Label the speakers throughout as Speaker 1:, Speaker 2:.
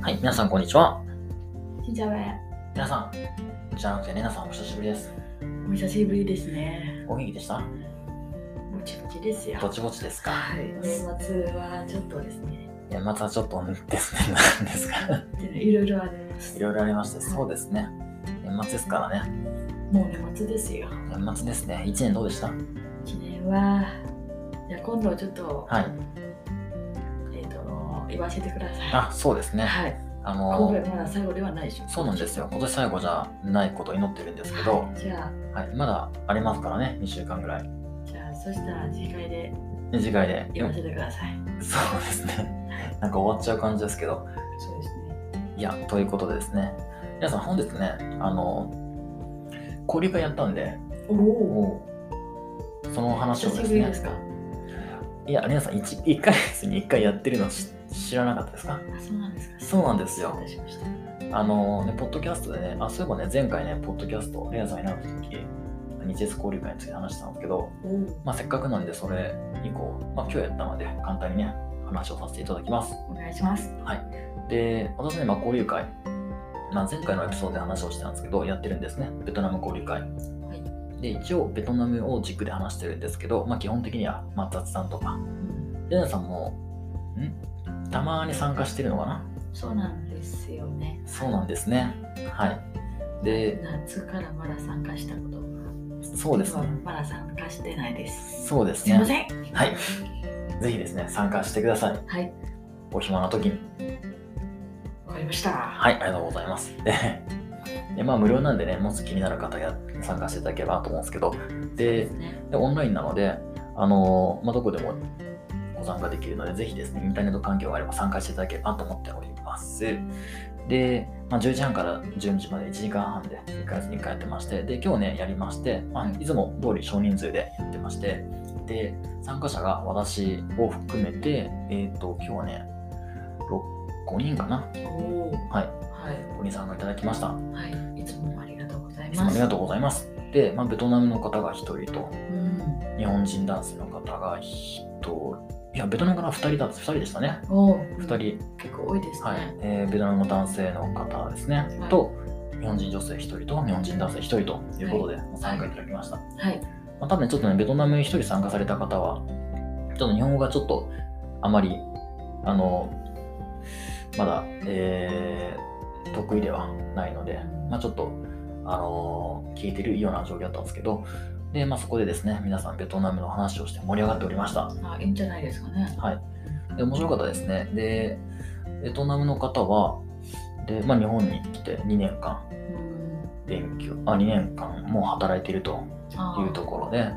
Speaker 1: はい、皆さんこんにちは。
Speaker 2: しんちゃんね
Speaker 1: 皆さん、じゃなくてねなさんお久しぶりです。
Speaker 2: お久しぶりですね。
Speaker 1: お元気でした
Speaker 2: ぼちぼちですよ。
Speaker 1: ぼちぼちですか
Speaker 2: はい。年末はちょっとですね。
Speaker 1: いや、またちょっとですね、 なんですか。
Speaker 2: いろいろあります
Speaker 1: い。ろいろありまして、そうですね。年末ですからね。
Speaker 2: もう年末ですよ。
Speaker 1: 年末ですね。一年どうでした
Speaker 2: 記念は、じゃあ今度ちょっと、
Speaker 1: はい。
Speaker 2: えっ、と、言わせてください。
Speaker 1: あ、そうですね。
Speaker 2: はい。
Speaker 1: あ
Speaker 2: 今
Speaker 1: の
Speaker 2: 回、まだ最後ではないでしょ。
Speaker 1: そうなんですよ。今年最後じゃないことを祈ってるんですけど
Speaker 2: は、い。じゃ
Speaker 1: はい、まだありますからね、2週間ぐらい。
Speaker 2: あ、じゃあ、そしたら次回で
Speaker 1: で次回で。
Speaker 2: 言わせてください。
Speaker 1: そうですね。なんか終わっちゃう感じですけど。
Speaker 2: そうですね。
Speaker 1: いや、ということでですね。皆さん、本日ね、あの、交流会やったんで、
Speaker 2: おお。
Speaker 1: もうその話をで
Speaker 2: 久しぶ
Speaker 1: す
Speaker 2: りです
Speaker 1: ね、
Speaker 2: か。
Speaker 1: いや、皆さん1、1ヶ月に1回やってるの知知らなかったですか
Speaker 2: あ、そうなんですか。
Speaker 1: そうなんですよ
Speaker 2: 失礼しました。
Speaker 1: あの、ね、ポッドキャストでね、あ、そういえばね、前回ね、ポッドキャスト、レアさんになった時日越交流会について話したんですけど、
Speaker 2: おお。
Speaker 1: まあ、せっかくなんで、それ以降、まあ、今日やったので、簡単にね、話をさせていただきます。
Speaker 2: お願いします。
Speaker 1: で、私ね、まあ、交流会、まあ、前回のエピソードで話をしたんですけど、やってるんですね、ベトナム交流会。で、一応、ベトナムを軸で話してるんですけど、まあ、基本的には、まあ、雑談とか、
Speaker 2: うん
Speaker 1: レナさんも、んたまに参加してるのかな
Speaker 2: そうなんですよね。
Speaker 1: そうなんですね。はい。で、
Speaker 2: 夏からまだ参加したこと
Speaker 1: そうですね。
Speaker 2: まだ参加してないです。
Speaker 1: そうです
Speaker 2: すいま
Speaker 1: ね。
Speaker 2: せん。
Speaker 1: はい。ぜひですね、参加してください。
Speaker 2: はい。
Speaker 1: お暇な時に。
Speaker 2: わかりました。
Speaker 1: はい、ありがとうございます。 で、でまあ、無料なんでね、もし気になる方や参加していただければと思うんですけど、で、
Speaker 2: ね
Speaker 1: でオンラインなので、あのーまあ、どこでもご参加できるので、ぜひですね、インターネット環境があれば参加していただければと思っております。で、まあ、10時半から12時まで1時間半で1ヶ月に1回やってまして、で、今日ね、やりまして、まあ、いつも通り少人数でやってまして、で、参加者が私を含めて、えっ、と、今日はね、6、5人かな
Speaker 2: おお。
Speaker 1: はい。
Speaker 2: は
Speaker 1: ご参加いただきました。
Speaker 2: い。はい。いつもありがとうござい
Speaker 1: いつも
Speaker 2: ま
Speaker 1: あり
Speaker 2: す。
Speaker 1: がとうございます。で、まあ、ベトナムの方が1人と、
Speaker 2: うん。
Speaker 1: 日本人男性の方が1いやベトナムから2人だ2人でしたね
Speaker 2: おお。
Speaker 1: 2人、
Speaker 2: 結構多いですね。
Speaker 1: はいえーベトナムの男性の方ですね、
Speaker 2: い
Speaker 1: と日本人女性1人と日本人男性1人ということで、参加いただきました、
Speaker 2: はい。
Speaker 1: まあ、多分ちょっとねベトナム1人参加された方はちょっと日本語がちょっとあまりあのまだ、えー得意ではないので、まあ、ちょっと、あの聞いてるような状況だったんですけどで、まあ、そこでですね皆さんベトナムの話をして盛り上がっておりました
Speaker 2: あ、いいんじゃないですかね。
Speaker 1: で面白かったですねでベトナムの方はで、まあ、日本に来て2年間
Speaker 2: う
Speaker 1: 勉
Speaker 2: ん。
Speaker 1: 強あ2年間もう働いていると
Speaker 2: あー
Speaker 1: いうところで、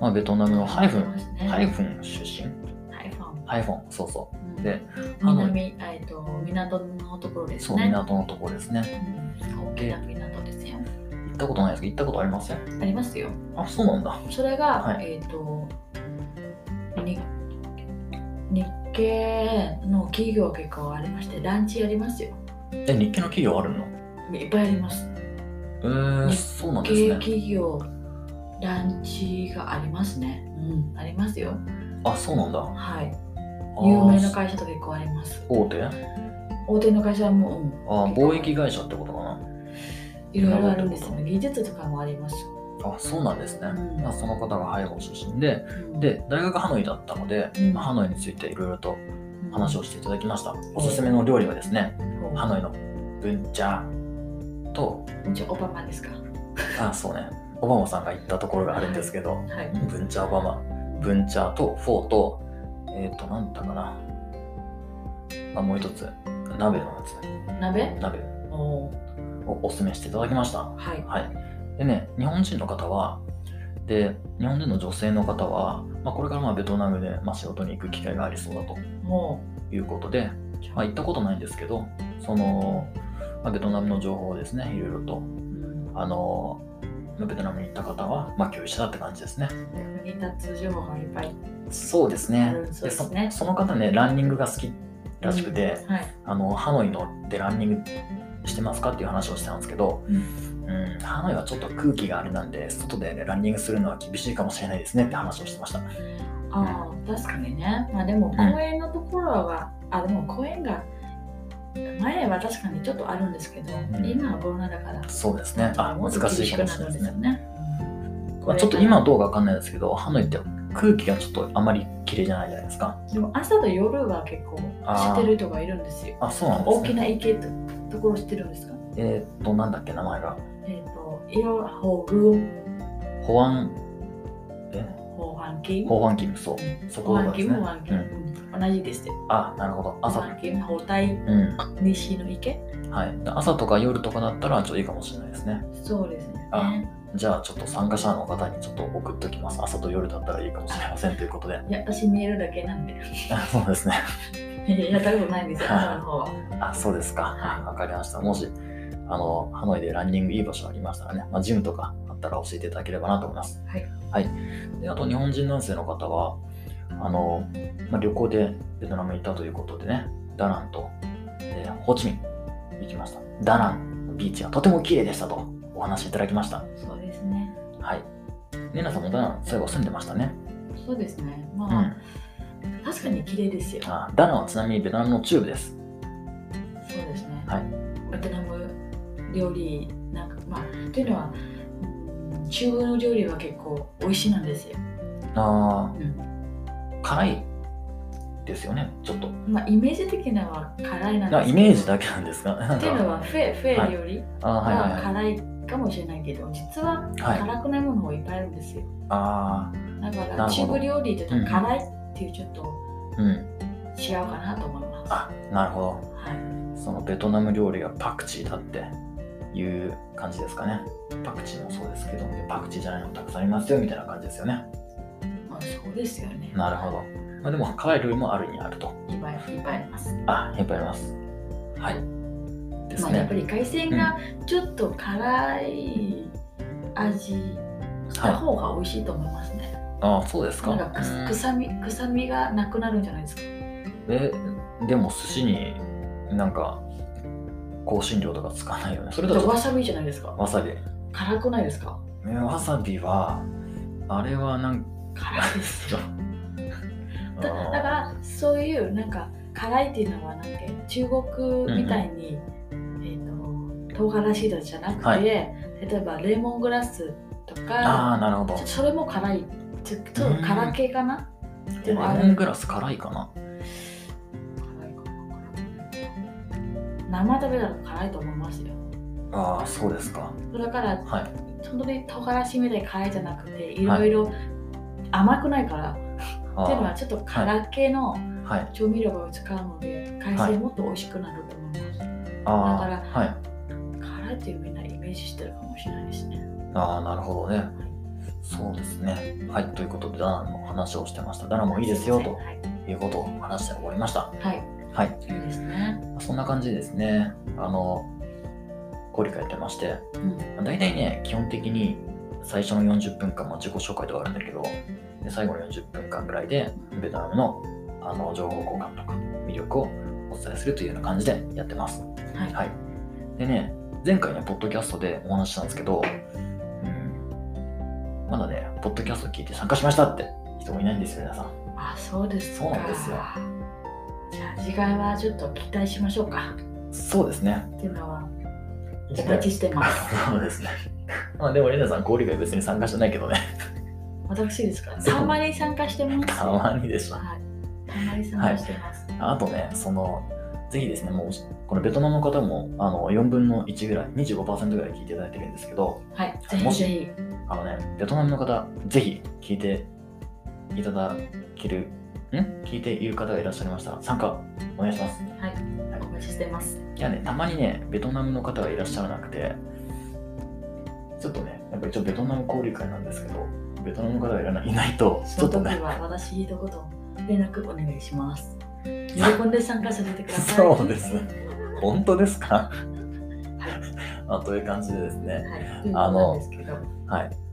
Speaker 1: まあ、ベトナムのハイフンハイ
Speaker 2: ン。
Speaker 1: フン出身
Speaker 2: ハイフン。
Speaker 1: ハイフンそうそ
Speaker 2: うん
Speaker 1: で、ハノイ
Speaker 2: 南、えっと、港のところで
Speaker 1: う
Speaker 2: す
Speaker 1: そう
Speaker 2: ね。
Speaker 1: 港のところですね
Speaker 2: うん大きな港ですよ。
Speaker 1: 行ったことないですけど行ったことありません
Speaker 2: ありますよ。
Speaker 1: あそうなんだ
Speaker 2: それが、
Speaker 1: は
Speaker 2: えっ、とに日系の企業結構ありましてランチやりますよ
Speaker 1: え日系の企業あるの
Speaker 2: いっぱいあります
Speaker 1: えー、
Speaker 2: 日
Speaker 1: そうなんですね
Speaker 2: 系企業ランチがありますねうんありますよ
Speaker 1: あそうなんだ
Speaker 2: はい
Speaker 1: あー
Speaker 2: 有名な会社と結構あります
Speaker 1: 大手あ
Speaker 2: 大手の会社はもう、うん
Speaker 1: ー貿易会社ってことかない
Speaker 2: ろいろあるんですよね技術とかもあります、
Speaker 1: あそうなんですね、
Speaker 2: うん
Speaker 1: まあ、その方がハイフン出身で
Speaker 2: うん
Speaker 1: で大学ハノイだったので、
Speaker 2: うん
Speaker 1: まあハノイについていろいろと
Speaker 2: うん
Speaker 1: 話をしていただきました、おすすめの料理はですね
Speaker 2: うん
Speaker 1: ハノイのブンチャーと
Speaker 2: うちオバマですか
Speaker 1: あそうねオバマさんが行ったところがあるんですけど
Speaker 2: はい
Speaker 1: ブンチャーオバマブンチャーとフォーとえっ、となんだかなあもう一つ鍋のやつ
Speaker 2: 鍋
Speaker 1: 鍋
Speaker 2: お
Speaker 1: をおすすめしていただきました
Speaker 2: はい
Speaker 1: はい、でね日本人の方はで日本人の女性の方は、まあ、これからまあベトナムで、まあ、仕事に行く機会がありそうだと
Speaker 2: も
Speaker 1: いうことで、
Speaker 2: う
Speaker 1: まあ、行ったことないんですけどその、まあ、ベトナムの情報をですねいろいろと
Speaker 2: うん
Speaker 1: あのまあベトナムに行った方は、まあ、共有したって感じですね
Speaker 2: 役に立つ情報がいっぱい
Speaker 1: そうですね
Speaker 2: うんそ
Speaker 1: で
Speaker 2: うです
Speaker 1: そ
Speaker 2: ね
Speaker 1: その方ねランニングが好きらしくて、
Speaker 2: はい、
Speaker 1: あのハノイのでランニングしてますかっていう話をしてたんですけど、
Speaker 2: う
Speaker 1: うんんハノイはちょっと空気があれなんで外で、ね、ランニングするのは厳しいかもしれないですねって話をしてました
Speaker 2: ああ確かにねまあでも公園のところは、あでも公園が前は確かにちょっとあるんですけど、
Speaker 1: ん
Speaker 2: 今はコロナだから
Speaker 1: そうですね。あ、
Speaker 2: も
Speaker 1: 難
Speaker 2: っと
Speaker 1: し
Speaker 2: 厳
Speaker 1: い
Speaker 2: し
Speaker 1: か
Speaker 2: く
Speaker 1: も
Speaker 2: な
Speaker 1: しれないで
Speaker 2: るんですす
Speaker 1: ね
Speaker 2: よ。ね、うん
Speaker 1: まあ、ちょっと今はどうかわかんないですけど、ハノイって空気がちょっとあまり綺麗じゃないじゃないですか。
Speaker 2: でも朝と夜は結構
Speaker 1: あー
Speaker 2: してる人がいるんですよ
Speaker 1: あ、そうなんです、ね。
Speaker 2: 大きな池とところ知ってるんですか
Speaker 1: えーっと、なんだっけ、名前が。
Speaker 2: えっ、とイオホグ
Speaker 1: 保安、え
Speaker 2: ホハンキム
Speaker 1: 保安勤務、そう。そこ
Speaker 2: ホ
Speaker 1: が
Speaker 2: ハン
Speaker 1: で
Speaker 2: キ
Speaker 1: す
Speaker 2: ム
Speaker 1: ね
Speaker 2: ホ。ハンキ
Speaker 1: う
Speaker 2: ム
Speaker 1: ん、
Speaker 2: うん同じですよ
Speaker 1: あ、なるほど。
Speaker 2: ホ
Speaker 1: 朝、
Speaker 2: ハンキムホタイ
Speaker 1: うん。
Speaker 2: 西の池
Speaker 1: はい。で朝とか夜とかだったら、ちょっといいかもしれないですね。
Speaker 2: そうですね
Speaker 1: あじゃあ、ちょっと参加者の方にちょっと送っときます。朝と夜だったらいいかもしれませんということで。
Speaker 2: いや私見えるだけなん で
Speaker 1: そうですね。
Speaker 2: やったことないんですよ朝の方は
Speaker 1: あ、そうですか。はいわかりました。もし、あの、ハノイでランニングいい場所ありましたらね、まあ、ジムとかあったら教えていただければなと思います。
Speaker 2: はい。
Speaker 1: はい。で、あと、日本人男性の方は、あの、まあ、旅行でベトナムに行ったということでね、ダナンと、えーホーチミン行きました。ダナンのビーチがとても綺麗でしたとお話しいただきました。
Speaker 2: そうですね
Speaker 1: はい。レナさんもダナン、そういえば住んでましたね。
Speaker 2: そうですねま
Speaker 1: うん。
Speaker 2: あ、確かに綺麗ですよ
Speaker 1: あダナンはちなみにベトナムの中部です。
Speaker 2: そうですね。
Speaker 1: はい
Speaker 2: ベトナム料理なんかまあというのはうん中国の料理は結構美味しいなんですよ。
Speaker 1: ああ、
Speaker 2: うん
Speaker 1: 辛いですよね、ちょっと。
Speaker 2: まあイメージ的なは辛いなんです
Speaker 1: な
Speaker 2: けど。
Speaker 1: イメージだけなんですが。なん
Speaker 2: っていうの
Speaker 1: か
Speaker 2: はフェフェ料理
Speaker 1: あーはい
Speaker 2: は
Speaker 1: はい
Speaker 2: 辛いかもしれないけど、実は
Speaker 1: はい。はい、
Speaker 2: 辛くないものもいっぱいあるんですよ。
Speaker 1: ああ、
Speaker 2: だか
Speaker 1: な
Speaker 2: ら
Speaker 1: るほ
Speaker 2: 中
Speaker 1: ど
Speaker 2: 国料理って言ったら辛いっていうちょっと
Speaker 1: うん。
Speaker 2: 違うかなと思います。
Speaker 1: あなるほ
Speaker 2: はい。
Speaker 1: ど。そのベトナム料理がパクチーだっていう感じですかね。パクチーもそうですけど、パクチーじゃないのもたくさんありますよみたいな感じですよね。
Speaker 2: まあそうですよね。
Speaker 1: なるほど。まあ、でも、辛い料理もあるにあると。
Speaker 2: いっぱいいっぱいあります。
Speaker 1: あ、いっぱいあります。はい。です
Speaker 2: まあ、やっ
Speaker 1: ね
Speaker 2: ぱ。り海鮮がちょっと辛い味した
Speaker 1: はい。
Speaker 2: 方が美味しいと思いますね。
Speaker 1: ああ、そうですか。
Speaker 2: なんかくす臭み臭みがなくなるんじゃないですか。
Speaker 1: え、でも寿司になんか香辛料とか使わないよね。それだ
Speaker 2: あとわ
Speaker 1: と
Speaker 2: さびじゃないですか。
Speaker 1: わさび。
Speaker 2: 辛くないですか。
Speaker 1: えわさびは、あれはなんか
Speaker 2: 辛い ですよ。だだか
Speaker 1: あ
Speaker 2: らそういうなんか辛いっていうのはなんか中国みたいに、えっ、と唐辛子じゃなくて、
Speaker 1: はい
Speaker 2: 例えばレモングラスと
Speaker 1: ー
Speaker 2: か、
Speaker 1: あーなるほど
Speaker 2: ちょっとそれも辛い。ちょちょっと辛系かな。
Speaker 1: レ
Speaker 2: でもあ
Speaker 1: モ
Speaker 2: れ
Speaker 1: ングラス辛いかな
Speaker 2: 辛いかな生食べたら辛いと思いますよ
Speaker 1: ああそうですか
Speaker 2: だから
Speaker 1: はい
Speaker 2: 本当に唐辛子みたいに辛いじゃなくていろいろ甘くないから、
Speaker 1: あ
Speaker 2: っていうのは
Speaker 1: ー
Speaker 2: ちょっと辛系の
Speaker 1: はい
Speaker 2: 調味料を使うので海
Speaker 1: はい
Speaker 2: 鮮もっと美味しくなると思います、
Speaker 1: あ
Speaker 2: だ
Speaker 1: ーはい
Speaker 2: 辛いっていうみんなイメージしてるかもしれないですね
Speaker 1: あーなるほどねそうですねはいということでダナンの話をしてましたダナンもいいですよと
Speaker 2: はい、
Speaker 1: いうことを話して終わりました
Speaker 2: はい
Speaker 1: はい
Speaker 2: い、いですね、
Speaker 1: そんな感じですねあのご理解いてまして
Speaker 2: うん、
Speaker 1: 大体ね基本的に最初の40分間、まあ、自己紹介とかあるんだけどで最後の40分間ぐらいでベトナムのあの情報交換とか魅力をお伝えするというような感じでやってます
Speaker 2: はい
Speaker 1: はいでね前回ねポッドキャストでお話ししたんですけど、うん、まだねポッドキャスト聞いて参加しましたって人もいないんですよ皆さん
Speaker 2: あそうですか
Speaker 1: そうなんですよ
Speaker 2: じゃあ次回はちょっと期待しましょうか
Speaker 1: そうですね
Speaker 2: っていうのはお待ちしてます
Speaker 1: そうですねまあでもレナさん合理会別に参加してないけどね
Speaker 2: 私ですか
Speaker 1: そう
Speaker 2: たまに参加してます
Speaker 1: たまにでした
Speaker 2: はい。たまに参加してます。
Speaker 1: あとね、その、ぜひですね、もう、このベトナムの方も、あの、4分の1ぐらい、25%ぐらい聞いていただいてるんですけど、
Speaker 2: はい。ぜ
Speaker 1: も
Speaker 2: ひ
Speaker 1: し
Speaker 2: ぜひ。
Speaker 1: あのね、ベトナムの方、ぜひ聞いていただける、ん聞いている方がいらっしゃいましたら、参加お願いします。
Speaker 2: お待ちしてます。
Speaker 1: いやね、たまにね、ベトナムの方がいらっしゃらなくて、ちょっとね、やっぱり一応ベトナム交流会なんですけど、ベトナムの方がいらないいないと、ち
Speaker 2: そ
Speaker 1: ょ
Speaker 2: の
Speaker 1: っと
Speaker 2: 時
Speaker 1: ね、
Speaker 2: は私一言連絡お願い します。喜んで参加させてください。
Speaker 1: そうですね
Speaker 2: は
Speaker 1: 本当ですか あという感じでですね、
Speaker 2: い。ということなんですけど、
Speaker 1: はい。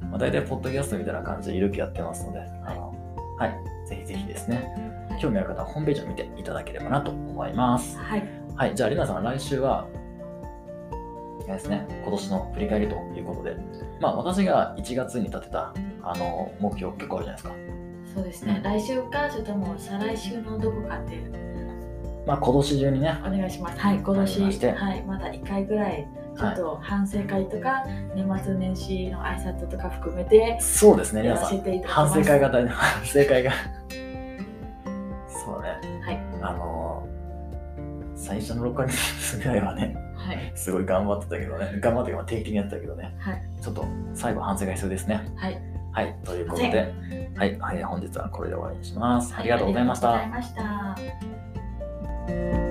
Speaker 1: まあ、大体、ポッドキャストみたいな感じで、ゆるくやってますので、あの、はい。ぜひぜひですね、興味ある方はホームページを見ていただければなと思います。
Speaker 2: はい。
Speaker 1: はい。じゃあ、りなさん、来週は、あれですね、今年の振り返りということで、まあ、私が1月に立てた、あの、目標結構あるじゃないですか。
Speaker 2: そうですね。来週か、それとも再来週のどこかで、
Speaker 1: まあ、今年中にね、
Speaker 2: お願いします。はい、今
Speaker 1: わかりまし
Speaker 2: 年、
Speaker 1: た
Speaker 2: はい、まだ1回ぐらい、ちょっと反省会とか、年末年始の挨拶とか含めて、
Speaker 1: そうですね、
Speaker 2: や
Speaker 1: 皆さ
Speaker 2: らせ
Speaker 1: ん、
Speaker 2: ていただきま
Speaker 1: 反
Speaker 2: す。
Speaker 1: 省会が大反省会が。そうね、
Speaker 2: はい、
Speaker 1: あのー最初の6ヶ月ぐらいはね、
Speaker 2: はい、
Speaker 1: すごい頑張ってたけどね、頑張って定期的にやってたけどね、
Speaker 2: はい
Speaker 1: ちょっと最後反省が必要ですね。
Speaker 2: はい、
Speaker 1: はい、ということで、はい、はい、本日はこれで終わりにします。ありがとうございまし
Speaker 2: は
Speaker 1: た
Speaker 2: あり。がとうございました。